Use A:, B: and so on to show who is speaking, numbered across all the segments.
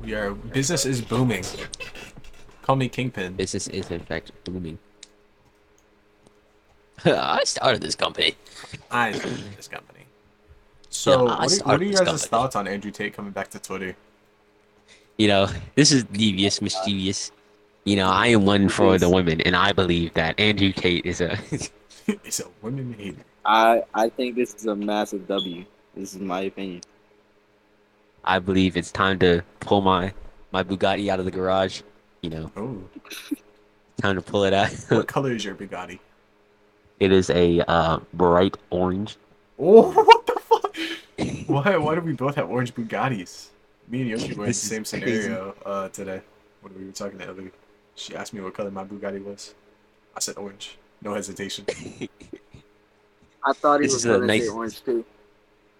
A: We are business is booming. Call me Kingpin.
B: Business is in fact booming. I started this company.
A: I started this company. So,
B: Yeah, I
A: what, are, what
B: started
A: are you
B: this
A: guys'
B: company.
A: thoughts on Andrew Tate coming back to Twitter?
B: You know, this is devious, mischievous. You know, I am one for the women, and I believe that Andrew Tate is a.
A: He's a women hater.
C: I I think this is a massive W. This is my opinion.
B: I believe it's time to pull my my Bugatti out of the garage. You know,
A: Oh,
B: time to pull it out.
A: what color is your Bugatti?
B: it is a uh, bright orange.
A: Oh, what the fuck? Why? Why do we both have orange Bugattis? Me and Yoshi were in the
B: This is
A: same
B: crazy.
A: scenario uh, today when we were talking to Ellie. She asked me what color my Bugatti was. I said orange. No hesitation.
C: I thought he
B: This
C: was
B: is a
C: gonna say
B: nice-
C: orange too.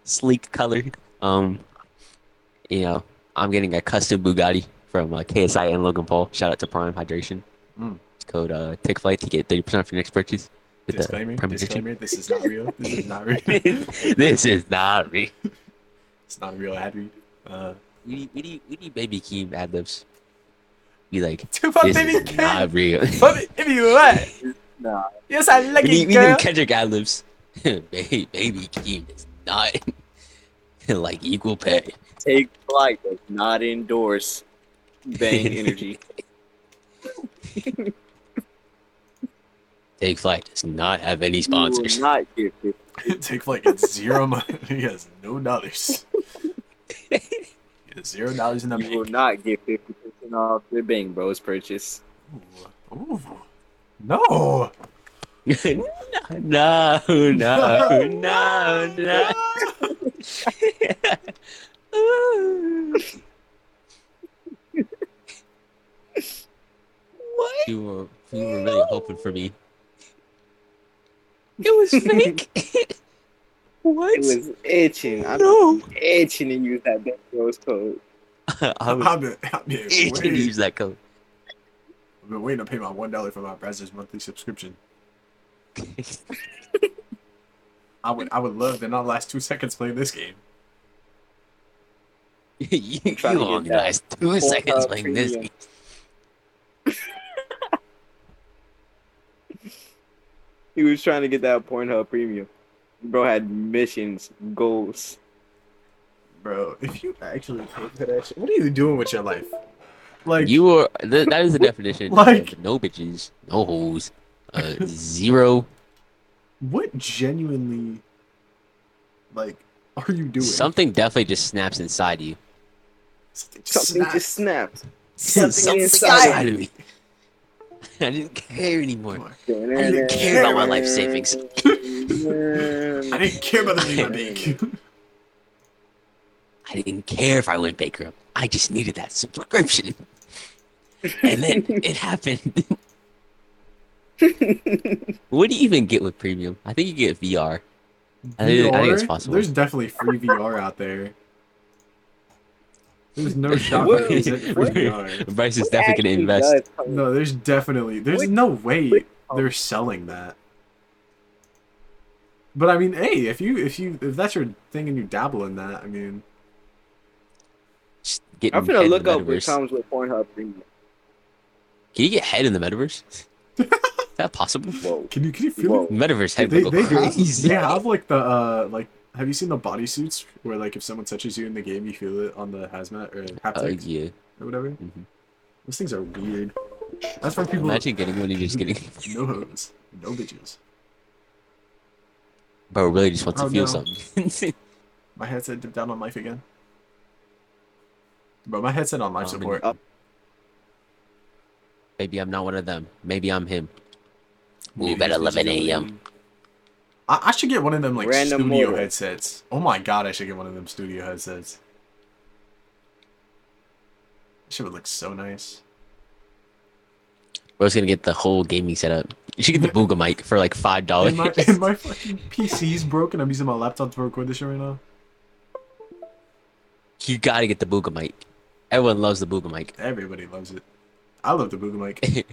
B: sleek color. Um, you know, I'm getting a custom Bugatti from uh, KSI and Logan Paul. Shout out to Prime Hydration.
A: Mm.
B: It's code uh, Take Flight to get 30% off your next purchase. With the
A: disclaimer.
B: preposition.
A: Disclaimer. This is not real. This is not real.
B: this is not me.
A: it's not a real ad read. Uh,
B: We need, we need, we need Baby Keem ad libs. Be like,
A: to my
B: this
A: baby
B: is
A: cat.
B: not real.
A: But if you what?
C: Nah.
A: Yes, I like
B: we
A: it,
B: need, we need
A: girl.
B: Kendrick ad libs. baby, baby Keem is not like equal pay.
C: Take flight does not endorse bang energy.
B: Take Flight does not have any sponsors.
C: You will not get this.
A: Take like it's zero money. He has no dollars. He has zero dollars in the
C: You will
A: bank.
C: not get fifty percent off your Bang Bros purchase.
A: Ooh. Ooh. No.
B: no, no, no, no, no.
C: What?
B: you were you were really hoping for me. It was fake. what?
C: It was itching. I'm
B: No.
C: itching to use that Bang Bros code.
B: I was
A: I've been, I've been
B: itching to
A: waiting.
B: use that code.
A: I've been waiting to pay my one dollar for my browser's monthly subscription. I would, I would love to not last two seconds playing this game.
B: you
C: I'm trying
B: you
C: to get
B: only
C: that
B: last two
C: Pornhub
B: seconds playing this.
C: premium. He was trying to get that Pornhub premium. Bro had missions, goals.
A: Bro, if you actually pay for that shit, what are you doing with your life? Like
B: you are th- that is the definition
A: Like-
B: of no bitches, no hoes, uh, zero
A: what genuinely, like, are you doing?
B: something definitely just snaps inside you.
A: Something just
C: Something
A: snapped.
C: just snapped.
A: inside
B: of me. I didn't care anymore.
C: I
B: didn't care about my life savings.
A: I didn't care about the name of bank.
B: I didn't care if I went bankrupt. I just needed that subscription. And then it happened. what do you even get with premium? I think you get VR. I think- I think it's
A: VR?
B: possible.
A: There's definitely free VR out there. There's no shot
B: What-
A: that isn't free
B: what-
A: VR.
B: Bryce is definitely gonna invest.
A: No, there's definitely there's
C: What-
A: no way
C: what- oh.
A: they're selling that. But I mean, hey, if you if you if that's your thing and you dabble in that, I mean,
B: Just getting
C: I'm gonna
B: head in
C: look
B: the
C: up what
B: metaverse.
C: comes with Pornhub premium.
B: Can you get head in the metaverse? is that possible?
C: Whoa.
A: can you can you feel
C: Whoa.
A: it?
B: Metaverse head
A: They
B: would
A: they
B: go
A: do
B: crazy.
A: they have like the uh like have you seen the bodysuits where like if someone touches you in the game you feel it on the hazmat or
B: Oh
A: haptics
B: yeah.
A: or whatever?
B: Mhm.
A: Those things are weird. That's why people
B: Imagine getting one and just getting.
A: no hoes, no bitches.
B: Bro really just wants
A: Oh,
B: to feel
A: no.
B: something.
A: My headset dipped down on life again. Bro, my headset on life
B: Um,
A: support.
C: up.
B: Maybe I'm not one of them. Maybe I'm him.
A: Maybe
B: Move at
A: this is
B: 11
A: really-
B: a.m.
A: I, I should get one of them like
C: Random
A: studio
C: mortal.
A: headsets. Oh my god, I should get one of them studio headsets. This shit would look so nice.
B: Bro's gonna get the whole gaming setup. You should get the Booga mic for like five dollars.
A: And my, and my fucking PC's broken. I'm using my laptop to record this shit right now.
B: you gotta get the Booga mic. Everyone loves the Booga mic.
A: Everybody loves it. I love the Booga mic.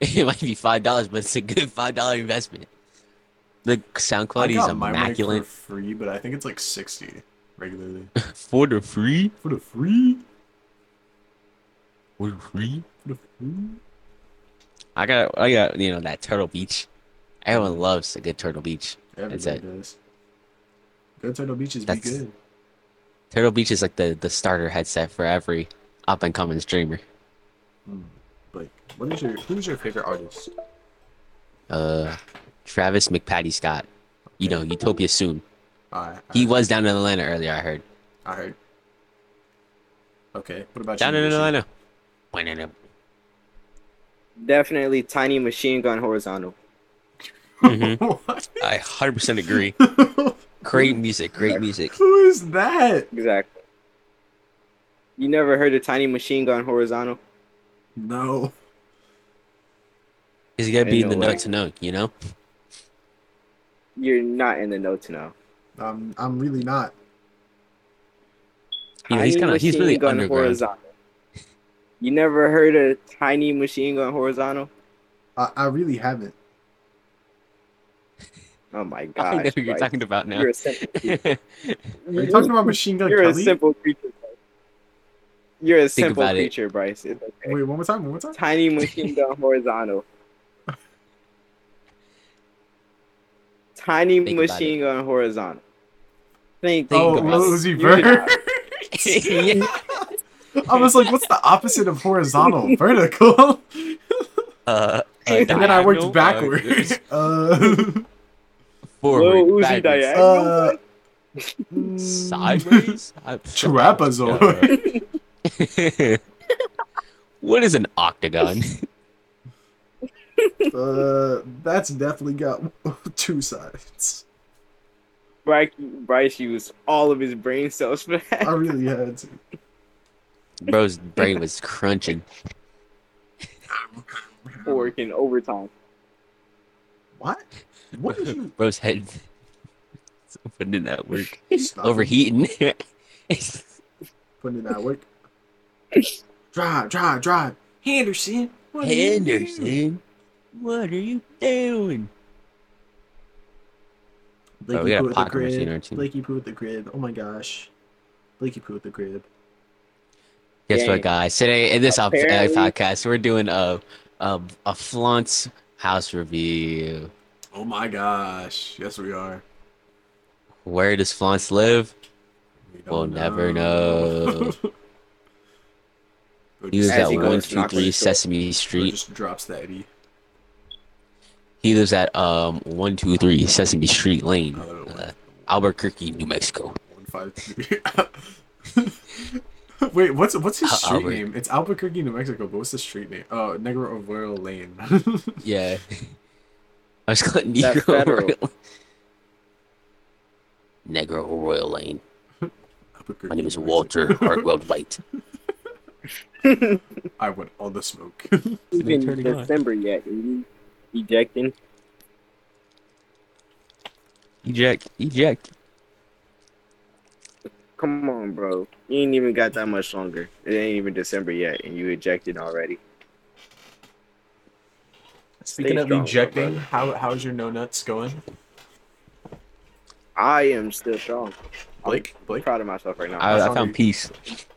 B: it might be five dollars, but it's a good five dollar investment. The sound
A: I
B: quality is
A: got my mic for
B: immaculate.
A: free, but I think it's like 60 regularly.
B: For the free?
A: For the free?
B: We're free. I got, I got, you know, that Turtle Beach. Everyone loves a good Turtle Beach. That's
A: Everybody does. Good Turtle Beaches be
B: That's-
A: good.
B: Turtle Beach is like the, the starter headset for every up and coming streamer.
A: Hmm. Like, what is your who's your favorite artist?
B: Uh, Travis McPatty Scott. You know, Utopia soon.
A: I I,
B: He was down in Atlanta earlier. I heard
A: I heard. Okay, what about
B: down
A: you?
B: in
A: Yoshi?
B: Atlanta. Wait, no, no.
C: Definitely tiny machine gun horizontal.
A: Mm-hmm.
B: Mhm.
A: What?
B: I hundred percent agree. Great music. Great music.
A: Who is that?
C: Exactly. You never heard of tiny machine gun horizontal?
A: No.
B: He's gonna
C: Ain't
B: be in
C: no
B: the
C: way.
B: note to know. You know.
C: You're not in the know to know.
A: I'm I'm really not.
B: You know, he's
C: Tiny
B: kind of he's
C: machine
B: really
C: gun
B: underground.
C: horizontal. You never heard of tiny machine gun horizontal?
A: I, I really haven't.
C: Oh my god.
B: I know who you're talking about now.
C: You're a simple creature.
A: Are you talking about Machine Gun
C: You're a
A: Kelly?
C: simple creature. Bryce. You're a
B: Think
C: simple
B: about it.
C: creature, Bryce. It's okay.
A: Wait, one more time, one more time.
C: Tiny machine gun horizontal. Tiny
B: Think about
C: machine gun horizontal. Think, think
A: Oh,
B: about
C: about
B: it.
A: Rosie
C: You're
A: Bird.
C: not.
B: yeah.
A: I was like, what's the opposite of horizontal? Vertical.
B: Uh, a
C: And
A: and then I
B: diagonal,
A: worked
B: uh,
A: backwards. Uh,
B: Forward,
C: Lil Uzi
B: backwards,
C: Diag-
A: uh, mm,
B: sideways. I-
A: Trapezoid.
B: what is an octagon?
A: Uh, that's definitely got two sides.
C: Bryce, Bryce used all of his brain cells for
A: I
C: that.
A: really had to.
B: Bro's brain was crunching.
C: Working overtime.
A: What? What did you
B: Bro's head. Putting in that work.
A: Stop
B: Overheating.
A: putting in that work? Drive, drive, drive. Henderson. what are you doing?
B: Henderson, what are you doing? Bro, Oh, we
A: Lakey
B: got
A: Poo at
B: a
A: the
B: pocket machine,
A: crib.
B: aren't you?
A: Blakey Poo at the crib. Oh my gosh. Blakey Poo at the crib.
B: Guess
C: Dang.
B: what, guys? Today in this op- uh,
C: Apparently-
B: podcast, we're doing a a, a flaunt's house review.
A: Oh my gosh. Yes, we are.
B: Where does Flaunt's live?
A: We
B: We'll never know.
A: Or
B: He lives
A: just-
C: As
B: at
C: he goes
B: one
C: knocks
B: two
C: on
B: three
C: the door.
B: Sesame
A: or
B: Street.
A: just drops the Eddie.
B: He lives at um one two three Sesame Street Lane,
A: Another one.
B: uh, Albuquerque, New Mexico.
A: One five three. Wait, what's what's his
B: Al-
A: street
B: Uh, Albert.
A: name? It's Albuquerque, New Mexico, but what's the street name? Oh, Negro Arroyo Lane.
B: Yeah, I was calling
C: That's
B: Negro
C: federal.
B: Royal. Negro Royal Lane.
A: Albuquerque,
B: My name is
A: New Mexico.
B: Walter Hartwell White.
A: I want all the smoke.
C: It's
B: Been
C: in
B: turning on.
C: December yet. and you Ejecting.
B: Eject, eject.
C: Come on, bro. You ain't even got that much longer. It ain't even December yet, and you ejected already.
A: Speaking of
C: strong, my
A: rejecting,
C: brother.
A: how how's your no nuts going?
C: I am still strong.
A: Blake, Blake.
C: proud of myself right now.
B: I,
A: That's
B: I
A: all
B: found
A: we-
B: peace.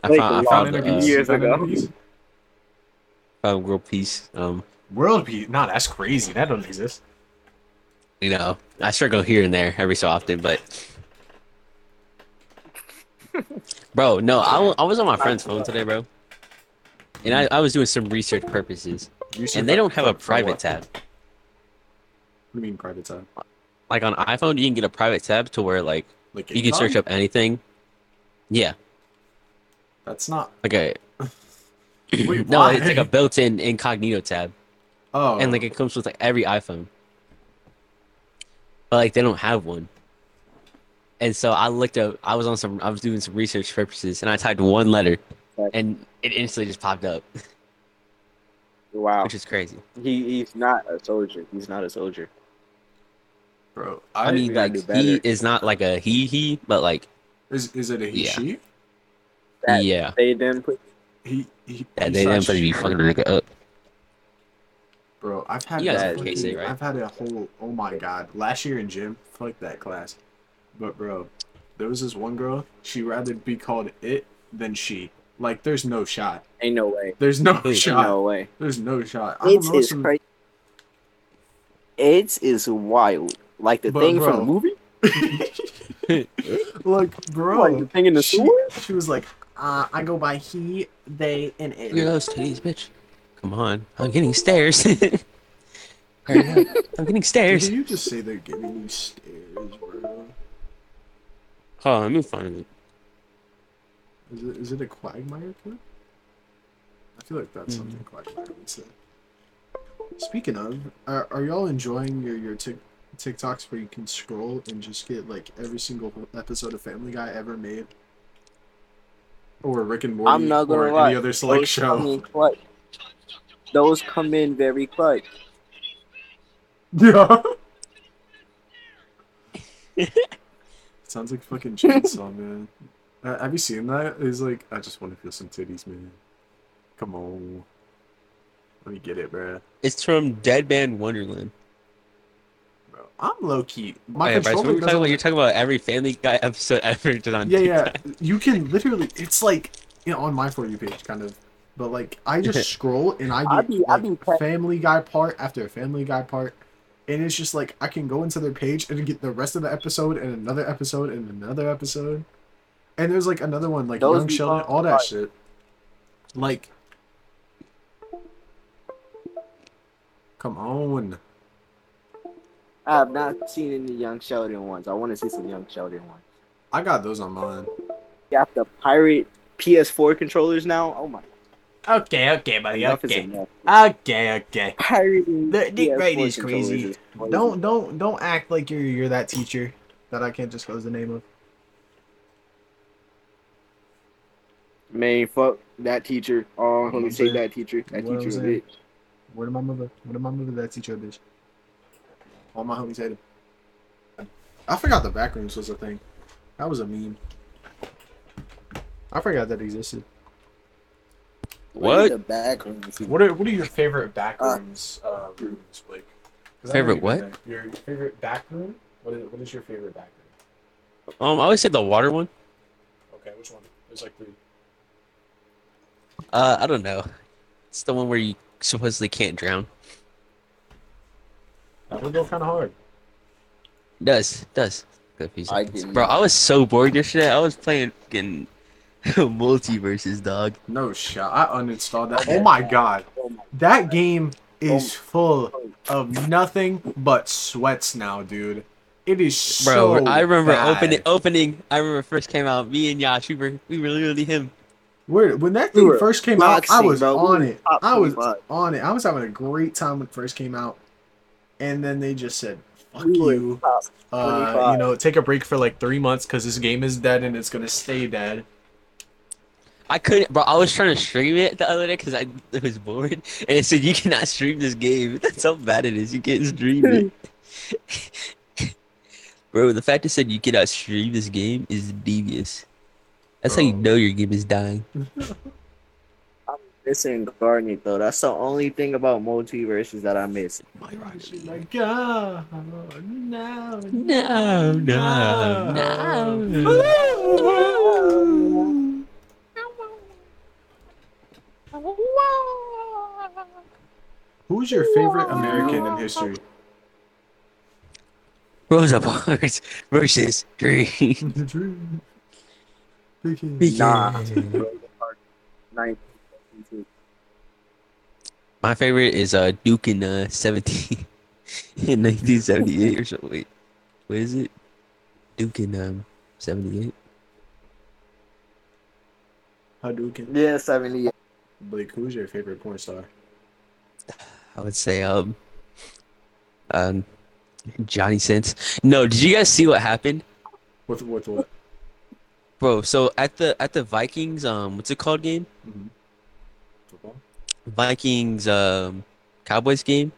B: I
C: Like,
B: found, I
C: we
B: found,
C: found
B: uh,
C: interviews. years
A: Found
C: ago.
A: interviews?
B: found world peace. Um,
A: World peace. Nah, that's crazy. That don't exist.
B: you know, I struggle here and there every so often, but bro, no, I, wa- I was on my friend's phone today, bro, and I, I was doing some research purposes,
A: You should-
B: and they don't have a
A: for- for
B: private
A: what?
B: tab.
A: What do you mean private tab?
B: Like on iPhone, you can get a private tab to where like
A: Like
B: you can
A: income?
B: search up anything. Yeah,
A: That's not.
B: like a
A: Wait,
B: no,
A: why?
B: it's like a built-in incognito tab,
A: Oh,
B: and like it comes with like every iPhone. But like they don't have one. And so I looked up. I was on some. I was doing some research purposes, and I typed one letter, and it instantly just popped up,
C: Wow. Oh.
B: which is crazy.
C: He, he's not a soldier. He's not a soldier.
A: bro.
B: I,
A: I,
B: mean,
C: gotta
B: like
C: do better.
B: he is not like a he he, but like
A: is is it a he
B: Yeah.
A: she?
C: That-
B: yeah,
C: They didn't put.
A: He he. he
B: that they didn't
A: slash
B: supposed to
A: she.
B: be fucking a nigga up.
A: Bro, I've had
B: You guys
A: that
C: had
A: fucking-
B: KC, right?
A: I've had a whole oh my god. Last year in gym, fuck that class. But bro, there was this one girl, she rather be called it than she. Like, there's no shot.
C: Ain't no way.
A: There's no
B: Wait,
A: shot.
C: No way.
A: There's no shot. I don't
C: It's
A: know
C: is
A: some-
C: crazy. It's is wild. Like the
A: But,
C: thing from
A: bro,
C: the movie.
A: Look, bro.
C: like the thing in the
A: she,
C: sewer.
A: she was like, uh, I go by he, they, and it.
B: Look at those titties, bitch. Come on. I'm getting stares. Hurry up. I'm getting
A: Dude,
B: stares.
A: Did you just say they're giving you stares, bro?
B: Oh, let me find it.
A: Is it, is it a Quagmire clip? I feel like that's something Quagmire would say. Speaking of, are, are y'all enjoying your your Tik TikToks where you can scroll and just get like every single episode of Family Guy ever made, or Rick and Morty,
C: I'm not gonna
A: or
C: lie.
A: any other select
C: Those
A: show?
C: come in clutch. Those come in very clutch.
A: Yeah. Sounds like fucking chainsaw man. Uh, have you seen that? It's like I just want to feel some titties, man. Come on, let me get it, bruh.
B: It's from Dead Man Wonderland. Oh,
A: Bro, I'm low key. My
B: Wait, Bryce, what were
A: controller
B: you talking
A: doesn't.
B: about? You're talking about every Family Guy episode ever done on
A: yeah,
B: TikTok.
A: yeah. You can literally. It's like you know, on my for you page, kind of. But like, I just scroll and I
C: I
A: get
C: be- I
A: like,
C: be pre-
A: Family Guy part after Family Guy part, and it's just like I can go into their page and get the rest of the episode and another episode and another episode, and there's like another one like
C: Those
A: Young
C: be
A: Sheldon,
C: fun.
A: all that shit. Like, come on.
C: I have not seen any Young Sheldon ones. I want to see some Young Sheldon ones.
A: I got those on mine.
C: You have to pirate PS4 controllers now. Oh my.
A: Okay, okay, buddy.
C: enough is enough.
A: Okay, okay.
C: Pirating
A: The- the
C: PS4
A: rate is
C: controllers
A: crazy.
C: is crazy.
A: Don't don't don't act like you're you're that teacher that I can't disclose the name of.
C: man. Fuck that teacher. Oh, let
A: What
C: me
A: I'm
C: take
A: saying.
C: that teacher. That
A: What I'm
C: teacher. a
A: saying.
C: bitch.
A: Where did my mother? Where did my mother? That teacher bitch. All my homies hated. him. I forgot the backrooms was a thing. That was a meme. I forgot that existed.
B: What?
C: The back room.
A: What are what are your favorite backrooms uh, rooms, Blake? 'Cause I know
B: Favorite
A: you've been there. Your favorite backroom? What is what is your favorite backroom?
B: Um, I always say the water one.
A: Okay, which one? There's like three.
B: Uh, I don't know. It's the one where you supposedly can't drown.
A: That would go kind of hard.
B: Does does confusing.
C: I didn't
B: Bro,
C: know.
B: I was so bored yesterday. I was playing fucking multiverses, dog.
A: No shot. I uninstalled that. Oh my god.
C: Oh my-
A: That game is full
C: oh.
A: of nothing but sweats now, dude. It is
B: Bro,
A: so
B: I remember
A: bad.
B: opening opening. I remember first came out. Me and Yash, we were we were literally him.
A: Where when that
C: We
A: thing
C: were
A: first came out, I
C: boxing,
A: was
C: bro. We
A: on
C: were
A: it.
C: top
A: I was
C: 25.
A: on it. I was having a great time when it first came out, and then they just said, "Fuck
C: We were
A: you."
C: top
A: Uh,
C: 25.
A: you know, take a break for like three months because this game is dead and it's gonna stay dead.
B: I couldn't, bro. I was trying to stream it the other day because I was bored, and it said you cannot stream this game. That's how bad it is. You can't stream it, bro. The fact it said you cannot stream this game is devious. That's how you
A: Bro.
B: know your game is dying.
C: This ain't Garnet though. That's the only thing about multiverses that I miss.
A: My God, no,
B: No, no, no.
A: no. Who's your favorite American in history?
B: Rosa Parks versus Dream.
A: the dream. Begins.
C: Nah.
B: Yeah. My favorite is uh Duke in uh seventeen in nineteen seventy eight or something. Wait, what is it? Duke in um seventy eight.
A: Hadouken.
C: Yeah, seventy.
A: Blake, who's your favorite porn star?
B: I would say um um Johnny Sins. No, did you guys see what happened,
A: With with what?
B: bro? So at the at the Vikings um what's it called game?
A: Mm-hmm. Football?
B: Vikings um Cowboys game.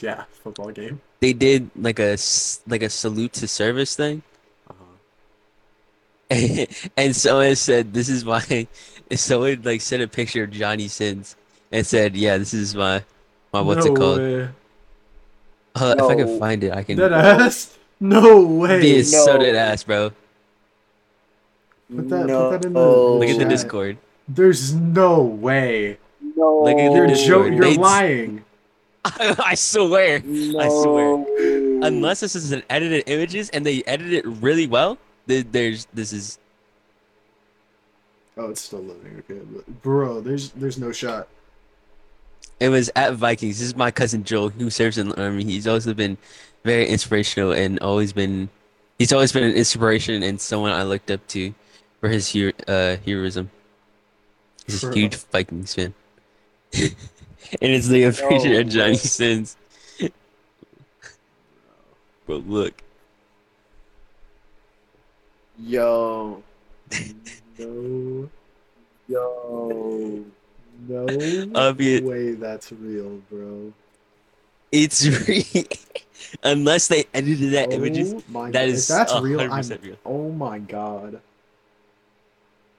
A: Yeah, football game.
B: They did like a s- like a salute to service thing.
A: Uh-huh.
C: Uh-huh.
B: and someone said, "This is my." and Someone like sent a picture of Johnny Sins and said, "Yeah, this is my, my what's
A: no
B: it called?
A: Way.
B: Hold on, If I can
C: No.
B: find it, I can.
A: Dead ass? No
B: Be
A: way.
B: is so
C: No.
B: dead ass, bro.
A: Put that- put
C: no.
A: that in the-
B: Look at the
A: Chat.
B: Discord.
A: There's no way.
C: No.
B: Look at the
A: You're
B: Dude,
A: jo- You're
B: they-
A: lying.
B: I, swear.
C: No.
B: I swear. Unless this is an edited images and they edit it really well, th- there's this is
A: Oh, it's still living. Okay, but bro, there's there's no shot.
B: It was at Vikings. This is my cousin Joel, who serves in the army. He's also been very inspirational and always been, he's always been an inspiration and someone I looked up to for his hero, uh, heroism. He's
A: Sure.
B: a huge Vikings fan, and it's the appreciation of Johnny
C: way.
B: Sins. But look,
C: Yo.
A: No,
C: Yo.
A: no
B: Obvious.
A: way that's real, bro.
B: it's re- unless they edited that images.
A: Oh my
B: That
A: god.
B: is
A: if that's real.
B: real.
A: I'm.
B: real.
A: Oh my god.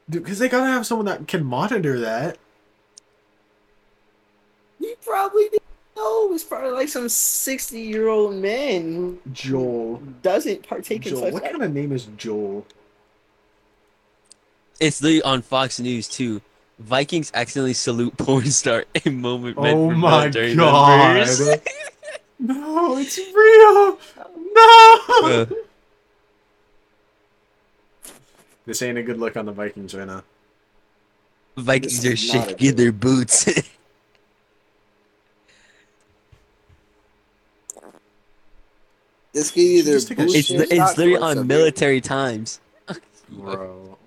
A: Dude, because they gotta have someone that can monitor that.
C: He probably didn't know. It was probably like some 60 year old man
A: Joel.
C: who doesn't partake in
A: Joel.
C: such
A: What kind of name is Joel?
B: It's literally on Fox News too. Vikings accidentally salute porn star a moment meant
A: Oh
B: for
A: my
B: military
A: god.
B: members.
A: no, it's real. No.
B: Uh,
A: This ain't a good look on the Vikings right now.
B: Vikings are
C: This is not a
B: shaking
C: joke.
B: their boots.
C: This could either
A: Just take a
C: boost
B: it's
A: shit.
C: your
A: They're
B: it's
C: stock
B: literally
C: or
B: on
C: something.
B: military times.
A: Bro. Oh my god.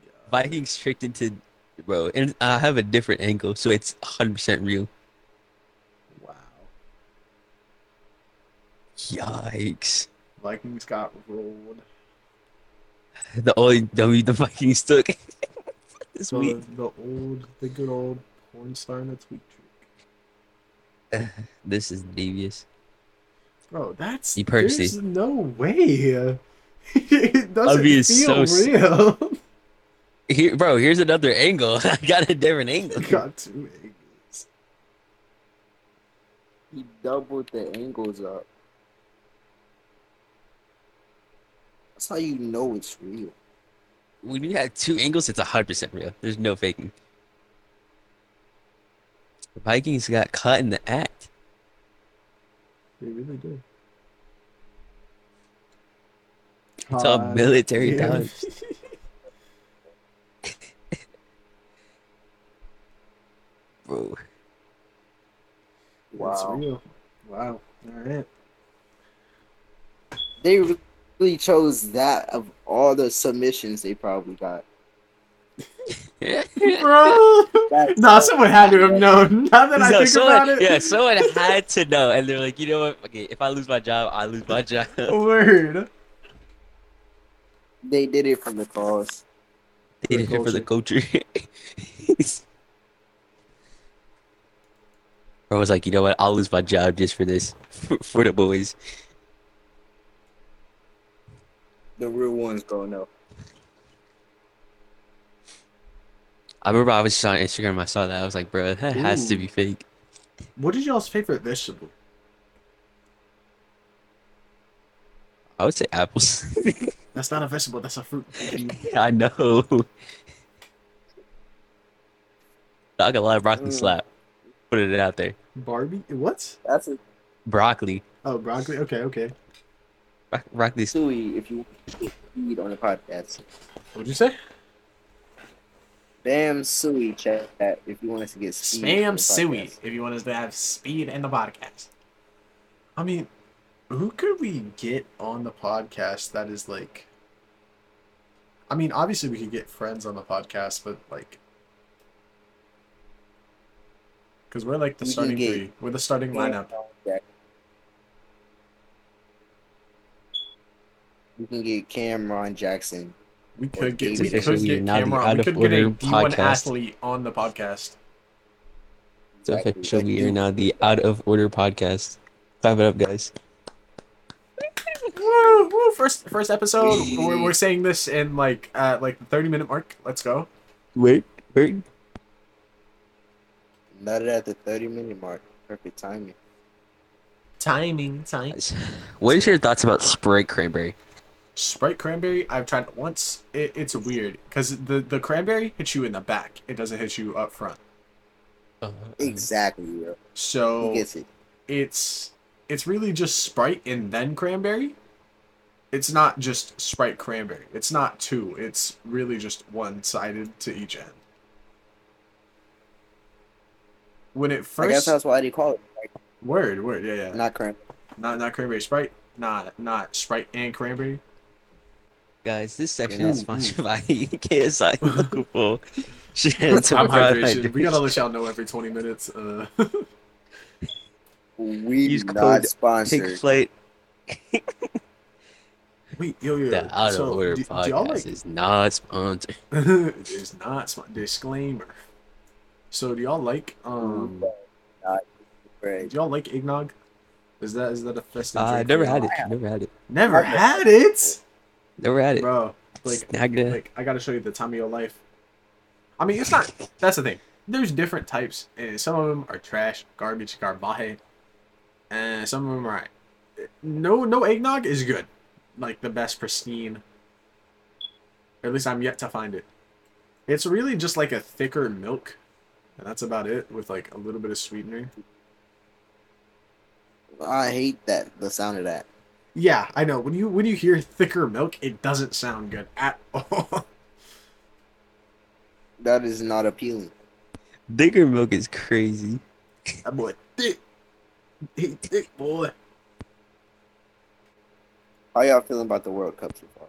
B: Vikings tricked into bro, and I have a different angle, so it's 100 percent real.
A: Wow.
B: Yikes!
A: Vikings got rolled.
B: The only W the Vikings took this
A: So
B: week.
A: the, the old, the good old porn star and a tweet trick.
B: This is devious.
A: Bro, that's
B: You purchased
A: there's no way. it doesn't
B: Obvious, so
A: feel
B: s-
A: real.
B: Here, bro, here's another angle. I got a different angle.
A: got two angles.
C: He doubled the angles up. That's how you know it's real.
B: when you have two angles, it's hundred percent real. There's no faking. The Vikings got caught in the act.
A: They really did.
B: It's all
A: God
B: military
A: damn.
B: times. Bro,
A: It's
C: Wow.
A: real. Wow. All right.
C: They really chose that of all the submissions they probably got.
A: Bro.
C: That's
A: nah, someone had to have known. Now that I
B: So-
A: think
B: someone,
A: about it.
B: yeah, someone had to know, and they're like, you know what? Okay, if I lose my job, I lose my job.
A: Word.
C: they did it for the cause.
B: They did it for the culture. Bro was like, you know what? I'll lose my job just for this, for, for the boys.
C: The real ones going up.
B: I remember I was just on Instagram. I saw that. I was like, bro, that has to
A: Ooh.
B: be fake.
A: What is y'all's favorite vegetable?
B: I would say apples.
A: That's not a vegetable. That's a fruit.
B: I know. Not gonna lie, broccoli
C: Mm.
B: slap. Put it out there.
A: Barbie? What?
C: That's a
B: Broccoli.
A: Oh, broccoli. Okay, okay.
B: Bro- broccoli. s-
C: suey if you eat on the podcast.
A: What'd you say?
C: Bam suey chat if you want us to get sued on
A: Spam
C: the
A: suey
C: podcast.
A: if you want us to have speed in the podcast. I mean, who could we get on the podcast that is like. I mean, obviously, we could get friends on the podcast, but like. Because we're like the
C: We can
A: starting
C: get-
A: three. We're the starting lineup.
C: We can get Cameron Jackson.
A: We could get,
C: It's
A: we could
B: officially
A: get
B: now the
A: Cameron.
B: out
A: We
B: of
A: could get a
B: order
A: D1
B: podcast.
A: athlete on the podcast.
B: It's official.
C: Like,
B: We are now the Out of Order podcast. Clap it up, guys.
A: Woo, woo, first first episode. we're, we're saying this in like at like the 30 minute mark. Let's go.
B: Wait, wait.
C: Not at the 30 minute mark. Perfect timing.
B: Mm-hmm.
A: Timing, time.
B: What is your thoughts about spray cranberry?
A: Sprite cranberry, I've tried it once. It, it's weird because the the cranberry hits you in the back. It doesn't hit you up front. Uh-huh.
B: Uh,
C: Exactly, bro.
A: So
C: He gets it.
A: it's it's really just Sprite and then cranberry. It's not just Sprite cranberry. It's not two. It's really just one sided to each end. When it
C: I guess
A: first
C: that's why they call it
A: word word yeah yeah
C: not current.
A: not not cranberry Sprite not not Sprite and cranberry
B: Guys, this section
A: Ooh,
B: is sponsored by KSI Local Pool. Shit, it's
A: Time
B: a broad
A: hydration. We gotta
B: hydration.
A: let y'all know every twenty minutes. Uh,
C: We
B: Use
C: not
B: code
C: sponsored.
B: Pink Plate.
A: wait, yo, yo,
B: The Out of
A: so,
B: Order
A: do- do y'all
B: podcast
A: like-
B: is not sponsored.
A: it is not smart. Disclaimer. So, do y'all like um? Do
C: Right.
A: y'all like eggnog? Is that is that a festive?
B: Uh, Mm. I
A: drink
B: never
A: for
B: had
A: y'all?
B: it. Never had it.
A: Never had it,
B: Never had it.
A: bro. Like,
B: Snagged it.
A: like I gotta show you the time of your life. I mean, it's not. That's the thing. There's different types, and some of them are trash, garbage, garbaje, and some of them are. Right. No, no eggnog is good. Like the best pristine. At least I'm yet to find it. It's really just like a thicker milk, and that's about it. With like a little bit of sweetener.
C: I hate that the sound of that.
A: Yeah, I know. When you when you hear thicker milk, it doesn't sound good at all.
C: That is not appealing.
B: Digger milk is crazy.
A: That boy thick. He thick boy.
C: How y'all feeling about the World Cup so far?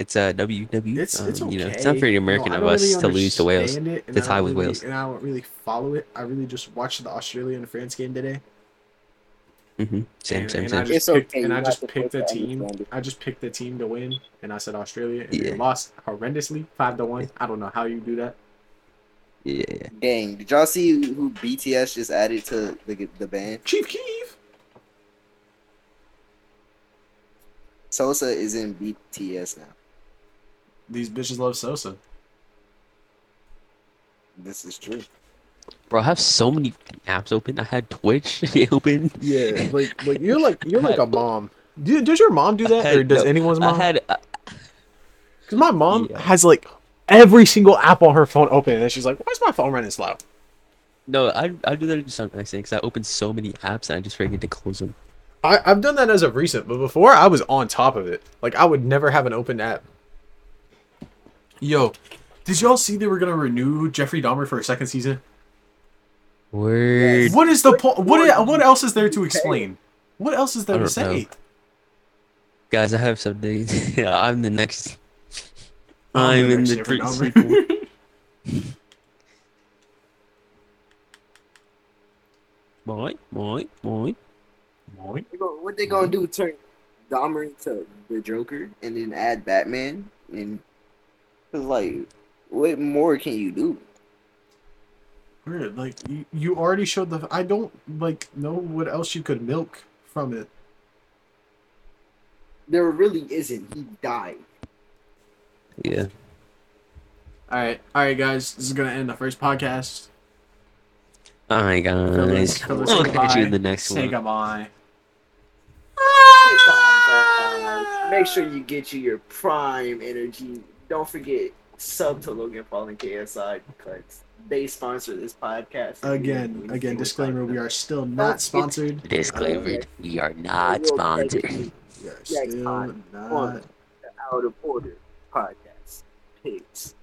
B: It's uh, a WW.
A: It's it's okay.
B: um, You know, it's not very American
A: No, I
B: of
A: don't
B: us
A: really
B: to lose to Wales.
A: understand it, and
B: The
A: I
B: tie
A: don't
B: with
A: really-
B: Wales.
A: And I don't really follow it. I really just watched the Australia and France game today.
B: hmm Same,
A: and,
B: same,
A: and
B: same.
A: I just
C: It's okay,
A: picked, and
C: you
A: I
C: have
A: just
C: to
A: picked a
C: put that in
A: team.
C: front of you.
A: I just picked the team to win, and I said Australia, and they
B: Yeah.
A: lost horrendously, five to one. I don't know how you do that.
B: Yeah, yeah.
C: Dang, did y'all see who BTS just added to the the band?
A: Chief Keef.
C: Sosa is in BTS now.
A: These bitches love Sosa.
C: This is true.
B: Bro, I have so many apps open. I had Twitch open.
A: Yeah, like like you're like you're
B: like a
A: mom. does your mom do
B: that, or does
A: anyone's
B: I had uh,
A: Because my mom
B: Yeah.
A: has like every single app on her phone open, and she's like, "Why is my phone running slow?"
B: no. I I do that to some extent because I opened so many apps and I just forget to close them.
A: I, I've done that as of recent, but before I was on top of it. Like I would never have an open app. Yo, did y'all see they were gonna renew Jeffrey Dahmer for a second season?
B: Word.
A: What is the point? What i- What else is there to explain? What else is there
B: I
A: to
B: don't know.
A: say?
B: Guys, I have some days. yeah, I'm the next.
A: I'm
B: I'm
A: the
B: in
A: next
B: the
A: Jeffrey
B: three
A: Dahmer.
B: sequel. Boy, boy, boy.
A: Boy,
C: What they gonna do? Turn Dahmer into the Joker and then add Batman and cause like, what more can you do?
A: Weird. Like you, you already showed the. I don't like know what else you could milk from it.
C: There really isn't. He died.
B: Yeah.
A: All right, all right, guys. This is gonna end the first podcast.
B: All right,
A: Phyllis-
B: guys.
A: Phyllis,
B: I'll catch you
A: goodbye.
B: in the next
A: Say
B: one.
A: goodbye.
C: Goodbye, guys. Make sure you get you your prime energy. Don't forget sub to Logan Paul and KSI because they sponsor this podcast
A: Again, again, disclaimer: we are still
C: Don't
A: not
C: get-
A: sponsored.
B: Disclaimer: We are not sponsored.
A: We are
C: Next
A: still
C: time.
A: not.
C: on the Out of Order podcast. Pigs.